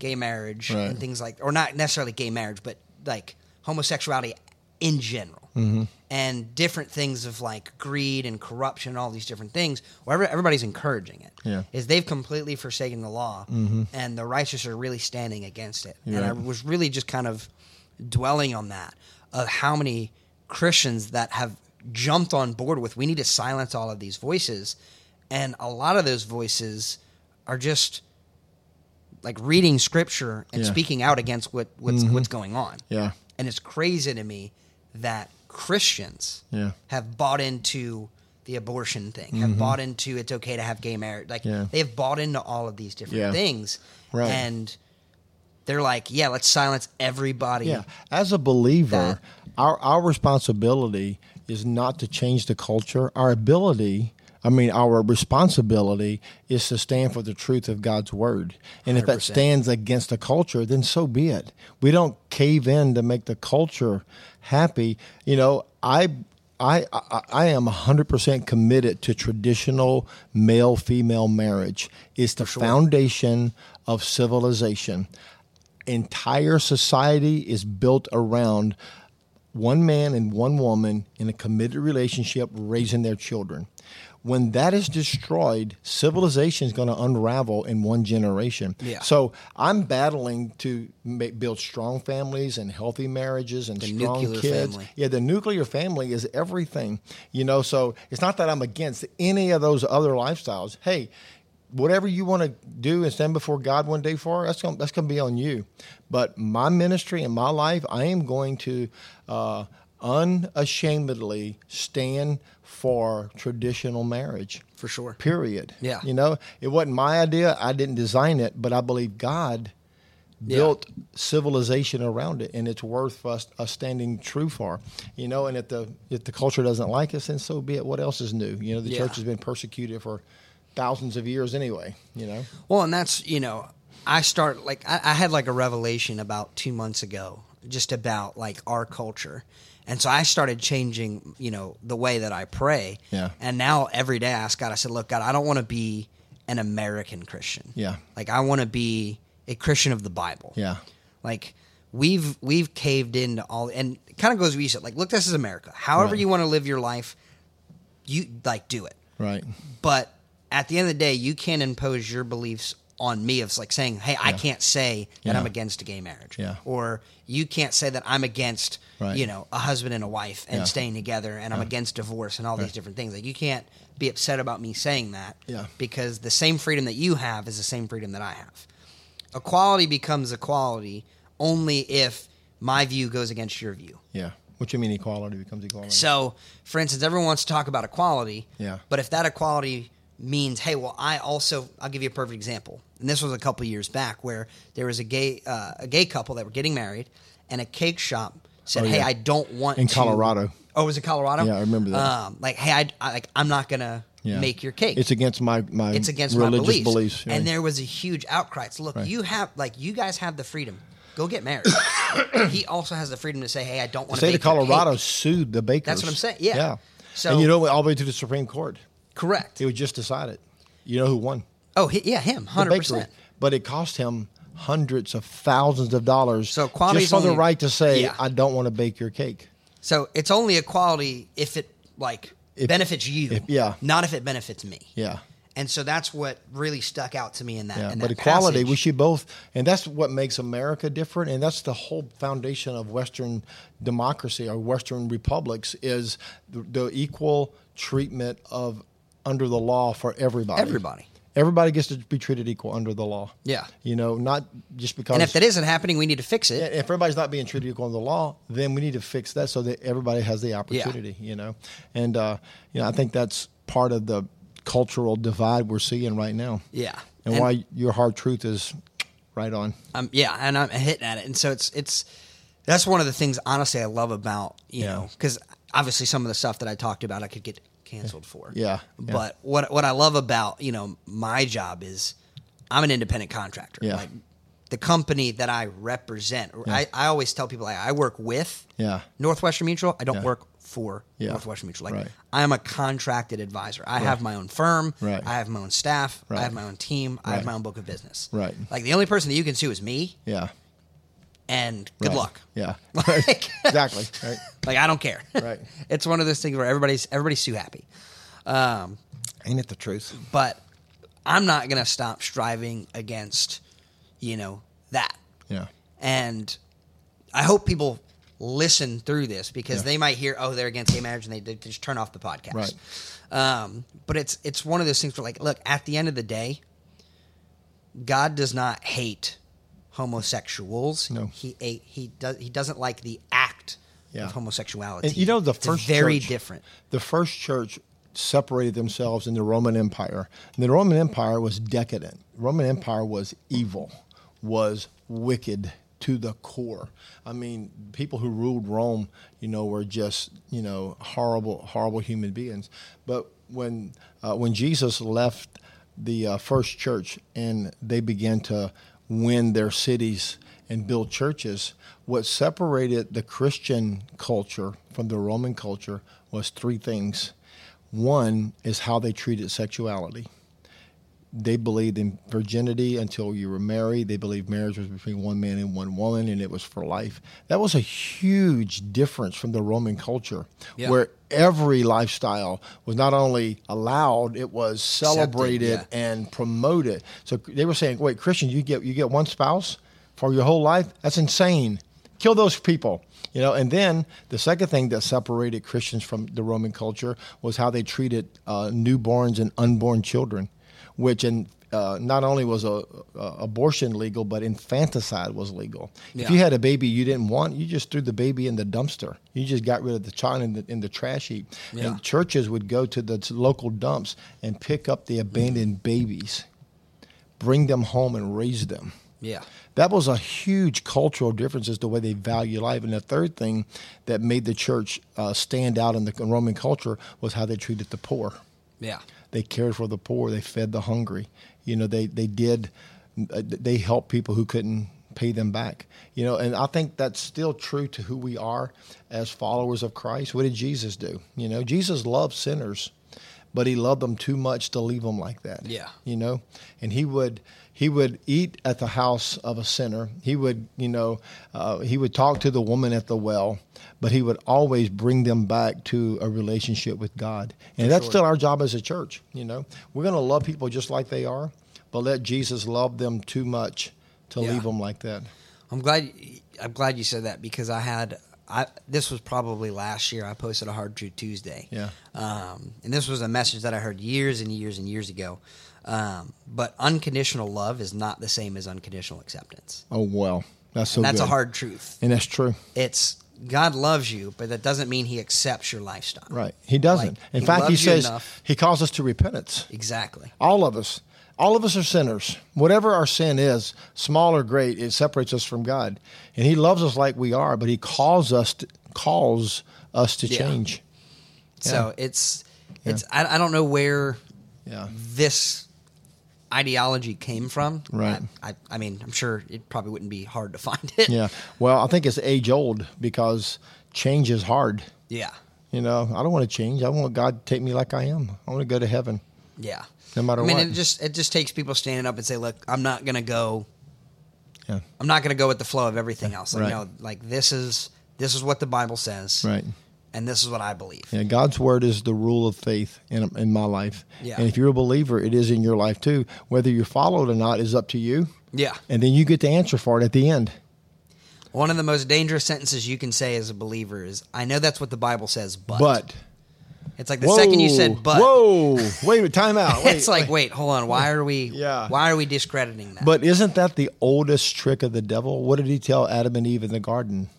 S1: gay marriage
S2: Right.
S1: and things like or not necessarily gay marriage but like homosexuality in general
S2: Mm-hmm.
S1: and different things of like greed and corruption and all these different things where every- everybody's encouraging it
S2: Yeah.
S1: is they've completely forsaken the law and the righteous are really standing against it and
S2: Yeah.
S1: i was really just kind of dwelling on that of how many christians that have jumped on board with we need to silence all of these voices and a lot of those voices are just like reading scripture and
S2: Yeah.
S1: speaking out against what what's what's going on
S2: Yeah.
S1: and it's crazy to me that Christians
S2: Yeah. Mm-hmm.
S1: have bought into the abortion thing, have bought into it's okay to have gay marriage. Like
S2: Yeah.
S1: they have bought into all of these different
S2: Yeah.
S1: things,
S2: Right.
S1: and they're like, yeah, let's silence everybody.
S2: Yeah. As a
S1: That-
S2: believer, our, our responsibility is not to change the culture. Our ability, I mean, our responsibility is to stand for the truth of God's word. And if that
S1: 100%.
S2: stands against the culture, then so be it. We don't cave in to make the culture happy. You know, I. I, I I am 100% committed to traditional male female marriage. It's the foundation of civilization entire society is built around one man and one woman in a committed relationship raising their children. When that is destroyed, civilization is going to unravel in one generation.
S1: Yeah.
S2: So I'm battling to ma- build strong families and healthy marriages and strong
S1: nuclear
S2: kids.
S1: family.
S2: Yeah, the nuclear family is everything. You know, so it's not that I'm against any of those other lifestyles. Hey, whatever you want to do and stand before God one day for, that's going that's going to be on you. But my ministry and my life, I am going to uh, unashamedly stand for traditional marriage.
S1: For sure.
S2: Period.
S1: Yeah.
S2: You know, it wasn't my idea. I didn't design it, but I believe God
S1: Yeah.
S2: built civilization around it, and it's worth us, us standing true for. You know, and if the if the culture doesn't like us, then so be it. What else is new? You know, the
S1: Yeah.
S2: church has been persecuted for thousands of years anyway. You know,
S1: Well, and that's you know, I start like I, I had like a revelation about two months ago, just about like our culture, and so I started changing, you know, the way that I pray.
S2: Yeah.
S1: And now every day I ask God, I said, "Look, God, I don't want to be an American Christian.
S2: Yeah.
S1: Like I want to be a Christian of the Bible.
S2: yeah,
S1: Like we've we've caved into all, and it kind of goes what you said. Like, look, this is America. However
S2: Right.
S1: you want to live your life, you like do it
S2: right,
S1: but at the end of the day, you can't impose your beliefs on me of like saying, "Hey, I can't say that
S2: Yeah.
S1: I'm against a gay marriage,"
S2: Yeah.
S1: or "You can't say that I'm against
S2: Right.
S1: you know a husband and a wife and
S2: Yeah.
S1: staying together," and I'm against divorce and all these different things. Like you can't be upset about me saying that,
S2: Yeah.
S1: because the same freedom that you have is the same freedom that I have. Equality becomes equality only if my view goes against your view.
S2: Yeah. What you mean equality becomes equality?
S1: So, for instance, everyone wants to talk about equality.
S2: Yeah.
S1: But if that equality means, hey, well, I also, I'll give you a perfect example. And this was a couple years back where there was a gay, uh, a gay couple that were getting married, and a cake shop said,
S2: Oh,
S1: hey,
S2: yeah.
S1: I don't want
S2: In
S1: to-
S2: Colorado.
S1: Oh, was it Colorado?
S2: Yeah, I remember that.
S1: Um, like, hey, I, I like, I'm not gonna
S2: Yeah.
S1: make your cake
S2: It's against my my
S1: it's against
S2: religious
S1: my beliefs.
S2: yeah.
S1: And there was a huge outcry. It's look, you have like you guys have the freedom. Go get married. he also has the freedom to say, "Hey, I don't want
S2: the
S1: to."
S2: state of Colorado sued the bakers.
S1: That's what I'm saying, yeah.
S2: Yeah.
S1: So-
S2: and you know, it went all the way to the Supreme Court.
S1: Correct.
S2: It was just decided. You know who won?
S1: Oh, he, yeah, him,
S2: The
S1: hundred percent.
S2: But it cost him hundreds of thousands of dollars.
S1: So equality's
S2: just for the
S1: only-
S2: right to say,
S1: Yeah.
S2: "I don't want to bake your cake."
S1: So it's only equality if it like
S2: If-
S1: benefits you,
S2: if- yeah.
S1: not if it benefits me.
S2: Yeah.
S1: And so that's what really stuck out to me in that.
S2: Yeah,
S1: in
S2: but
S1: that
S2: equality, we
S1: passage.
S2: should both, and that's what makes America different, and that's the whole foundation of Western democracy or Western republics is the, the equal treatment of under the law for everybody.
S1: Everybody.
S2: everybody gets to be treated equal under the law.
S1: Yeah.
S2: you know, not just because.
S1: And if that isn't happening, we need to fix it.
S2: if everybody's not being treated equal under the law, then we need to fix that so that everybody has the opportunity, you know. And uh, you know, I think that's part of the cultural divide we're seeing right now.
S1: Yeah.
S2: And,
S1: And-
S2: why your hard truth is right on.
S1: Um, yeah, and I'm hitting at it, and so it's it's that's one of the things honestly I love about you
S2: Yeah.
S1: know, 'cause know because obviously some of the stuff that I talked about I could get canceled for.
S2: Yeah, yeah.
S1: But what what I love about you know my job is I'm an independent contractor.
S2: Yeah.
S1: Like the company that I represent, or I, I always tell people like, I work with
S2: Yeah.
S1: Northwestern Mutual. I don't
S2: Yeah.
S1: work for
S2: Yeah.
S1: Northwestern Mutual. Like
S2: Right.
S1: I am a contracted advisor. I have my own firm.
S2: Right.
S1: I have my own staff.
S2: Right.
S1: I have my own team. I have
S2: Right.
S1: my own book of business.
S2: Right.
S1: Like the only person that you can sue is me
S2: Yeah.
S1: and good
S2: Right.
S1: luck.
S2: Yeah.
S1: Like,
S2: exactly. Right.
S1: like I don't care.
S2: Right.
S1: it's one of those things where everybody's everybody's too happy. Um,
S2: Ain't it the truth?
S1: but I'm not gonna stop striving against, you know, that.
S2: Yeah.
S1: And I hope people listen through this because they might hear, oh, they're against gay marriage, and they, they just turn off the podcast.
S2: Right.
S1: Um, but it's it's one of those things where, like, look, at the end of the day, God does not hate homosexuals.
S2: No.
S1: He a- he does he doesn't like the act
S2: Yeah.
S1: of homosexuality.
S2: And you know the
S1: It's
S2: first
S1: very
S2: church-
S1: different.
S2: The first church separated themselves in the Roman Empire. And the Roman Empire was decadent. Roman Empire was evil, was wicked to the core. I mean, people who ruled Rome, you know, were just, you know, horrible, horrible human beings. But when uh, when Jesus left the uh, first church and they began to win their cities and build churches, what separated the Christian culture from the Roman culture was three things. One is how they treated sexuality. They believed in virginity until you were married. They believed marriage was between one man and one woman, and it was for life. That was a huge difference from the Roman culture,
S1: Yeah.
S2: where every lifestyle was not only allowed, it was celebrated
S1: yeah.
S2: and promote it. So they were saying, "Wait, Christian, you get you get one spouse for your whole life? That's insane. Kill those people." You know, and then the second thing that separated Christians from the Roman culture was how they treated uh, newborns and unborn children, which in uh, not only was a, uh abortion legal, but infanticide was legal. If
S1: Yeah.
S2: you had a baby you didn't want, you just threw the baby in the dumpster. You just got rid of the child in the, in the trash heap.
S1: Yeah.
S2: And churches would go to the local dumps and pick up the abandoned babies, bring them home, and raise them.
S1: Yeah.
S2: That was a huge cultural difference as to the way they value life. And the third thing that made the church uh, stand out in the Roman culture was how they treated the poor.
S1: Yeah.
S2: They cared for the poor. They fed the hungry. You know, they they did. uh, They helped people who couldn't pay them back. You know, and I think that's still true to who we are as followers of Christ. What did Jesus do? You know, Jesus loved sinners, but he loved them too much to leave them like that.
S1: Yeah.
S2: You know, and he would he would eat at the house of a sinner. He would you know uh, he would talk to the woman at the well, but he would always bring them back to a relationship with God. And that's still our job as a church. You know, we're going to love people just like they are, but let Jesus love them too much to
S1: Yeah.
S2: leave them like that.
S1: I'm glad. I'm glad you said that because I had. I this was probably last year. I posted a hard truth Tuesday.
S2: Yeah.
S1: Um, and this was a message that I heard years and years and years ago. Um, but unconditional love is not the same as unconditional acceptance.
S2: Oh well, that's so.
S1: That's a
S2: good.
S1: hard truth.
S2: and that's true.
S1: It's God loves you, but that doesn't mean He accepts your lifestyle.
S2: Right? He doesn't.
S1: Like,
S2: In
S1: he
S2: fact, he
S1: loves you
S2: says
S1: enough.
S2: he calls us to repentance.
S1: Exactly.
S2: All of us. All of us are sinners. Whatever our sin is, small or great, it separates us from God. And He loves us like we are, but He calls us to, calls us to
S1: Yeah.
S2: change.
S1: So it's it's I, I don't know where
S2: Yeah.
S1: this ideology came from.
S2: Right.
S1: I, I, I mean, I'm sure it probably wouldn't be hard to find it.
S2: Yeah. Well, I think it's age old because change is hard.
S1: Yeah.
S2: You know, I don't want to change. I want God to take me like I am. I want to go to heaven.
S1: Yeah.
S2: No matter
S1: I mean,
S2: what.
S1: it just it just takes people standing up and say, "Look, I'm not gonna go.
S2: Yeah.
S1: I'm not gonna go with the flow of everything else. Like,
S2: Right.
S1: No, like this is this is what the Bible says,
S2: Right.
S1: And this is what I believe.
S2: Yeah, God's word is the rule of faith in, in my life.
S1: Yeah.
S2: And if you're a believer, it is in your life too. Whether you follow it or not is up to you.
S1: Yeah.
S2: And then you get to answer for it at the end.
S1: One of the most dangerous sentences you can say as a believer is, "I know that's what the Bible says, but."
S2: But
S1: it's like the second you said "but,"
S2: Whoa. Wait a minute, time out. Oh, Wait,
S1: it's like, wait. hold on. Why are we?
S2: Yeah.
S1: Why are we discrediting that?
S2: But isn't that the oldest trick of the devil? What did he tell Adam and Eve in the garden?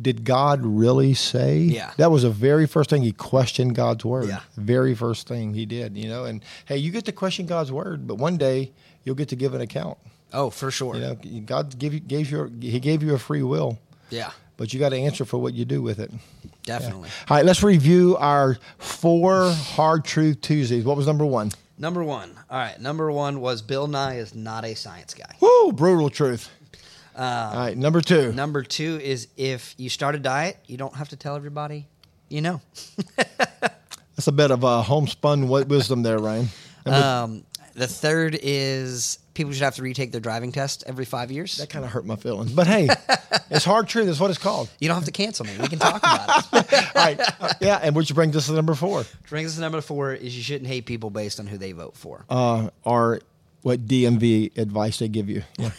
S2: Did God really say?
S1: Yeah.
S2: That was the very first thing he questioned God's word.
S1: Yeah.
S2: Very first thing he did, you know. And hey, you get to question God's word, but one day you'll get to give an account.
S1: oh, for sure.
S2: You know, God give you, gave you he gave you a free will,
S1: Yeah,
S2: but you got to answer for what you do with it.
S1: definitely.
S2: All right, let's review our four hard truth Tuesdays. What was number one?
S1: Number one. All right. Number one was Bill Nye is not a science guy.
S2: Woo, brutal truth. All right, number two.
S1: Number two is if you start a diet, you don't have to tell everybody. You know.
S2: That's a bit of uh, homespun wi- wisdom there, Ryan. Number-
S1: Um, the third is people should have to retake their driving test every five years.
S2: that kind of hurt my feelings, but hey, it's hard truth. That's what it's called.
S1: You don't have to cancel me. We can talk about it.
S2: All right, uh, yeah, and which brings us to number four,
S1: Brings us to number four is you shouldn't hate people based on who they vote for.
S2: uh, or what DMV advice they give you. Yeah,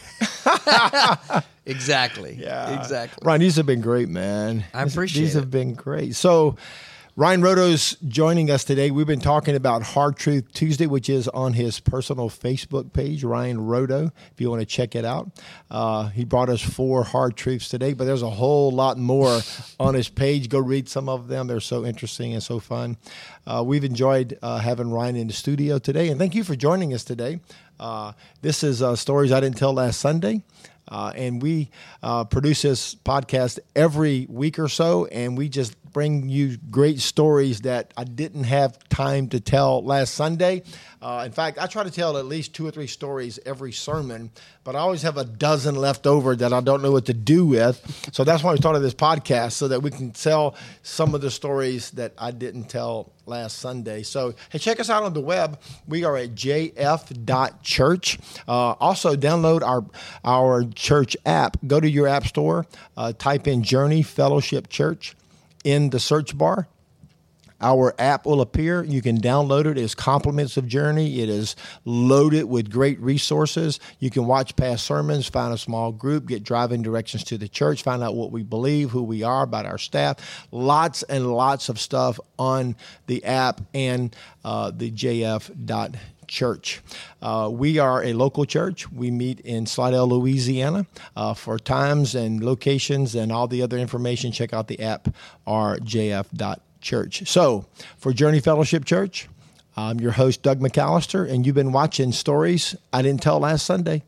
S1: Exactly. Exactly.
S2: Ryan, these have been great, man.
S1: I
S2: These-
S1: appreciate
S2: these
S1: it.
S2: have been great. So. Ryan Roto's joining us today. We've been talking about Hard Truth Tuesday, which is on his personal Facebook page, Ryan Roto, if you want to check it out. Uh, he brought us four hard truths today, but there's a whole lot more on his page. Go read some of them. They're so interesting and so fun. Uh, we've enjoyed uh, having Ryan in the studio today, and thank you for joining us today. Uh, this is uh, Stories I Didn't Tell Last Sunday. Uh, and we uh, produce this podcast every week or so, and we just bring you great stories that I didn't have time to tell last Sunday. Uh, in fact, I try to tell at least two or three stories every sermon, but I always have a dozen left over that I don't know what to do with. So that's why we started this podcast so that we can tell some of the stories that I didn't tell last Sunday. So, hey, check us out on the web. We are at jf.church. Uh, also, download our our church app. Go to your app store, uh, type in Journey Fellowship Church in the search bar. Our app will appear. You can download it. It's compliments of journey. It is loaded with great resources. You can watch past sermons, find a small group, get driving directions to the church, find out what we believe, who we are, about our staff. Lots and lots of stuff on the app and uh, the JF.church church. Uh, we are a local church. We meet in Slidell, Louisiana. Uh, for times and locations and all the other information, check out the app rjf.church. So, for Journey Fellowship Church, I'm your host, Doug McAllister, and you've been watching Stories I Didn't Tell Last Sunday.